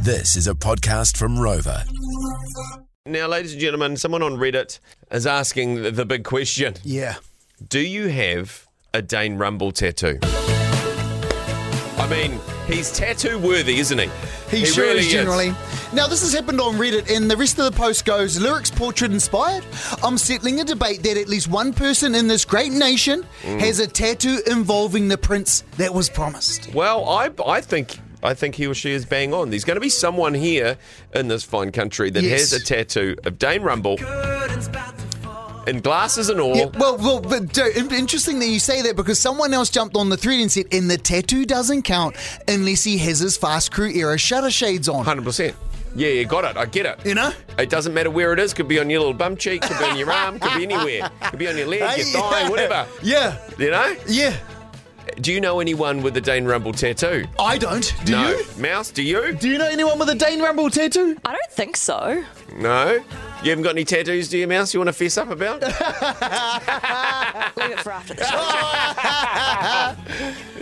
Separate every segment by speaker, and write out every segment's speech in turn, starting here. Speaker 1: This is a podcast from Rover.
Speaker 2: Now, ladies and gentlemen, someone on Reddit is asking the, the big question
Speaker 3: Yeah.
Speaker 2: Do you have a Dane Rumble tattoo? I mean, he's tattoo worthy, isn't he?
Speaker 3: He, sure is generally. Now, this has happened on Reddit, and the rest of the post goes lyrics portrait inspired. I'm settling a debate that at least one person in this great nation has a tattoo involving the prince that was promised.
Speaker 2: Well, I, I think. I think he or she is bang on. There's going to be someone here in this fine country that
Speaker 3: Yes.
Speaker 2: has a tattoo of Dane Rumble and glasses and all.
Speaker 3: Yeah, well, well, but uh, in- interesting that you say that because someone else jumped on the thread and said, and the tattoo doesn't count unless he has his Fast Crew era shutter shades on.
Speaker 2: 100%. Yeah, you got it. I get it.
Speaker 3: You know?
Speaker 2: It doesn't matter where it is. Could be on your little bum cheek, could be on your arm, could be anywhere. Could be on your leg, your
Speaker 3: Hey,
Speaker 2: thigh,
Speaker 3: yeah.
Speaker 2: whatever.
Speaker 3: Yeah,
Speaker 2: You know?
Speaker 3: yeah.
Speaker 2: Do you know anyone with a Dane Rumble tattoo?
Speaker 3: I don't. Do
Speaker 2: no.
Speaker 3: you?
Speaker 2: Mouse, do you?
Speaker 3: Do you know anyone with a Dane Rumble tattoo?
Speaker 4: I don't think so.
Speaker 2: No. You haven't got any tattoos, do you, Mouse? You want to fess up about?
Speaker 3: Oh
Speaker 4: Leave it for after the show.
Speaker 2: yeah.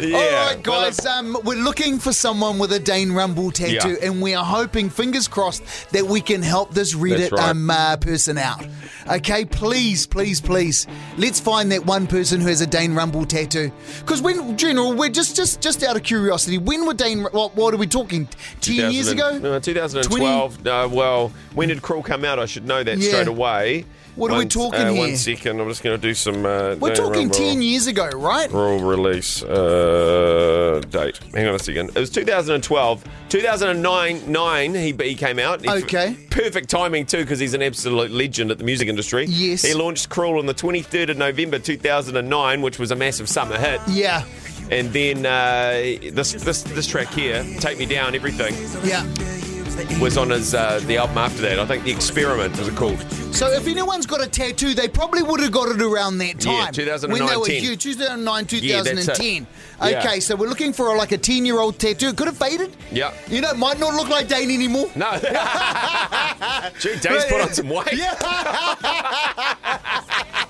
Speaker 3: All right, guys. um, we're looking for someone with a Dane Rumble tattoo,
Speaker 2: Yeah.
Speaker 3: and we are hoping, fingers crossed, that we can help this Reddit
Speaker 2: right.
Speaker 3: um, uh, person out. Okay, please, please, please, let's find that one person who has a Dane Rumble tattoo. Because when, General, we're just, just, just out of curiosity, when were Dane? What, what are we talking? Ten years ago?
Speaker 2: No, 2012. No, well, when did Crawl come out? I should know that
Speaker 3: Yeah.
Speaker 2: straight away.
Speaker 3: What are we
Speaker 2: One-
Speaker 3: talking
Speaker 2: uh, One
Speaker 3: here?
Speaker 2: second. I'm just going to do some. Uh,
Speaker 3: We're
Speaker 2: Dane
Speaker 3: talking
Speaker 2: Rumble.
Speaker 3: ten years ago, right?
Speaker 2: Royal release uh, date. Hang on a second. It was 2012. 2009 nine, he, he came out. He-
Speaker 3: Okay.
Speaker 2: Perfect timing, too, because he's an absolute legend at the music industry.
Speaker 3: Yes.
Speaker 2: He launched Cruel on the 23rd of November 2009, which was a massive summer hit.
Speaker 3: Yeah,
Speaker 2: And then uh, this, this this track here, Take Me Down, Everything,
Speaker 3: yeah.
Speaker 2: was on his uh, the album after that. I think The Experiment was it called.
Speaker 3: So if anyone's got a tattoo, they probably would have got it around that
Speaker 2: Yeah,
Speaker 3: time.
Speaker 2: 2009,
Speaker 3: When they were
Speaker 2: 10.
Speaker 3: huge, 2009,
Speaker 2: Yeah, that's it.
Speaker 3: 2010.
Speaker 2: Yeah.
Speaker 3: Okay, so we're looking for like a 10-year-old tattoo. It could have faded.
Speaker 2: Yeah.
Speaker 3: You know, it might not look like Dane anymore.
Speaker 2: No. Dude, Dave's put on some weight.
Speaker 3: Yeah.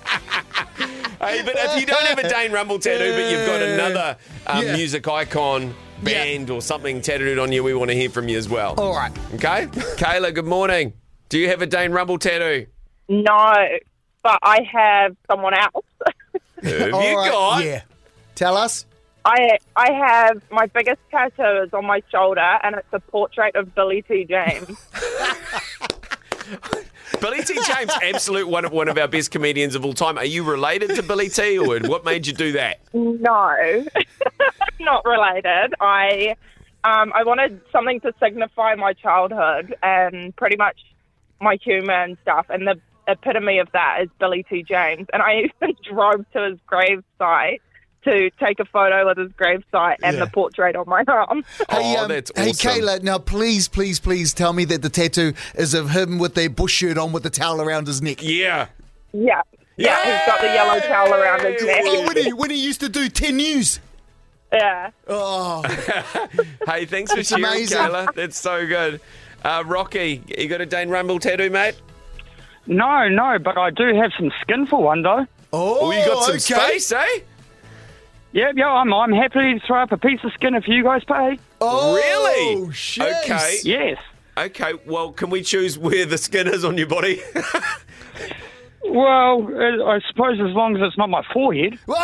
Speaker 2: Hey, but if you don't have a Dane Rumble tattoo, but you've got another um,
Speaker 3: Yeah.
Speaker 2: music icon,
Speaker 3: Yeah.
Speaker 2: band, or something tattooed on you, we want to hear from you as well.
Speaker 3: All right.
Speaker 2: Okay? Kayla, good morning. Do you have a Dane Rumble tattoo?
Speaker 5: No, but I have someone else.
Speaker 2: Who have
Speaker 3: All
Speaker 2: you
Speaker 3: right,
Speaker 2: got?
Speaker 3: Yeah. Tell us.
Speaker 5: I I have my biggest tattoo is on my shoulder, and it's a portrait of Billy T. James.
Speaker 2: Billy T. James, absolute one of one of our best comedians of all time. Are you related to Billy T. or what made you do that?
Speaker 5: no, not related. I um, I wanted something to signify my childhood and pretty much my humour and stuff, and the epitome of that is Billy T. James. And I even drove to his grave site to take a photo with his grave site and
Speaker 3: Yeah.
Speaker 5: the portrait on my arm.
Speaker 2: oh,
Speaker 3: Hey, um,
Speaker 2: that's awesome.
Speaker 3: hey, Kayla, now please, please, please tell me that the tattoo is of him with their bush shirt on with the towel around his neck.
Speaker 2: Yeah.
Speaker 5: yeah. Yeah, he's got the yellow towel around his neck.
Speaker 3: Oh, when, he, when he used to do 10 News.
Speaker 5: Yeah.
Speaker 3: Oh,
Speaker 2: Hey, thanks for sharing,
Speaker 3: amazing.
Speaker 2: Kayla. That's so good. Uh, Rocky, you got a Dane Rumble tattoo, mate?
Speaker 6: No, no, but I do have some skin for one though.
Speaker 2: Oh, you got some
Speaker 3: okay.
Speaker 2: space, eh?
Speaker 6: Yeah, yeah, I'm, I'm happy to throw up a piece of skin if you guys pay.
Speaker 3: Oh,
Speaker 2: Really?
Speaker 3: jeez.
Speaker 2: Okay.
Speaker 6: Yes.
Speaker 2: Okay, well, can we choose where the skin is on your body? no,
Speaker 6: Well, uh, I suppose as long as it's not my forehead.
Speaker 2: no,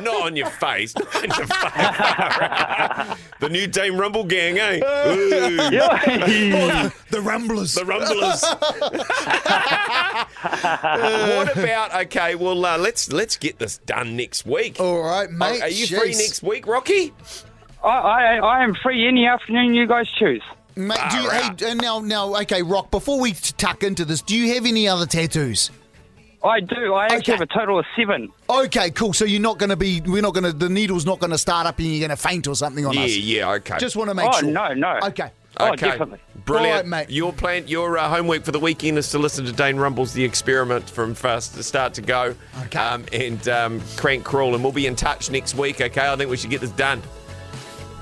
Speaker 2: not on your face. Not on your face. the new Dame Rumble gang, eh? Ooh,
Speaker 6: Yeah.
Speaker 3: The Ramblers.
Speaker 2: the Rumblers. what about? Okay, well, uh, let's let's get this done next week.
Speaker 3: All right, mate.
Speaker 2: Oh, Are you free
Speaker 3: jeez.
Speaker 2: next week, Rocky?
Speaker 6: I, I, I am free any afternoon you guys choose.
Speaker 3: Mate, do you,
Speaker 2: Alright.
Speaker 3: hey, uh, now, now, okay, Rock, before we t- tuck into this, do you have any other tattoos?
Speaker 6: I do. I actually
Speaker 3: Okay.
Speaker 6: have a total of seven.
Speaker 3: Okay, cool. So you're not going to be, we're not going to, the needle's not going to start up and you're going to faint or something on
Speaker 2: Yeah,
Speaker 3: us.
Speaker 2: yeah. Okay.
Speaker 3: Just want to make
Speaker 6: oh,
Speaker 3: sure.
Speaker 6: no, no.
Speaker 3: Okay.
Speaker 6: Oh,
Speaker 2: okay.
Speaker 6: definitely.
Speaker 2: Brilliant,
Speaker 3: All right, mate.
Speaker 2: Your plan, your uh, homework for the weekend is to listen to Dane Rumble's "The Experiment" from first to start to go,
Speaker 3: Okay.
Speaker 2: um, and um, crank crawl, and we'll be in touch next week. Okay, I think we should get this done.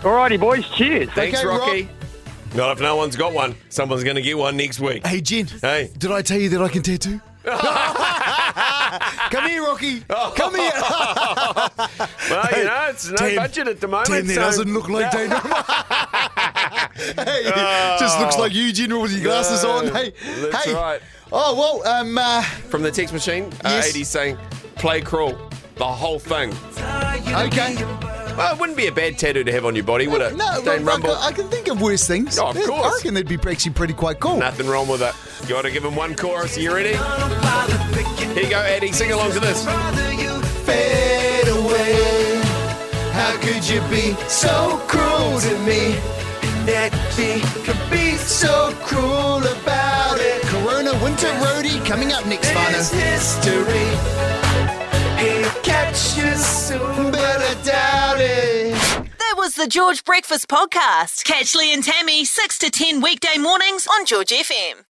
Speaker 6: Alrighty, boys. Cheers.
Speaker 2: Thanks,
Speaker 3: Okay,
Speaker 2: Rocky. Not if no one's got one. Someone's going to get one next week.
Speaker 3: Hey, Jen.
Speaker 2: Hey.
Speaker 3: Did I tell you that I can tattoo? Come here, Rocky. Come here.
Speaker 2: Well, you know, it's no
Speaker 3: Tim,
Speaker 2: budget at the moment.
Speaker 3: Tim, that
Speaker 2: so-
Speaker 3: doesn't look like Dana. hey, just looks like you, General, with your glasses
Speaker 2: Oh. No,
Speaker 3: on. Hey,
Speaker 2: that's
Speaker 3: hey.
Speaker 2: right.
Speaker 3: Oh well, um, uh,
Speaker 2: From the text machine, uh,
Speaker 3: Yes.
Speaker 2: 80's saying, play crawl, the whole thing.
Speaker 3: okay.
Speaker 2: Well, it wouldn't be a bad tattoo to have on your body, would it?
Speaker 3: No,
Speaker 2: Dane
Speaker 3: look,
Speaker 2: Rumble.
Speaker 3: I, I can think of worse things.
Speaker 2: Oh, of
Speaker 3: Yeah, I
Speaker 2: course.
Speaker 3: reckon that'd be actually pretty quite cool.
Speaker 2: Nothing wrong with it. Got to give him one chorus. Are you ready? Here you go, Eddie. Sing along to this.
Speaker 3: Fade away. How could you be so cruel to me? That she could be so cruel about it. Corona Winter Roadie coming up next, Farner. history. He'll catch you soon, but I doubt it.
Speaker 4: That was the George Breakfast Podcast. Catch Lee and Tammy 6 to 10 weekday mornings on George FM.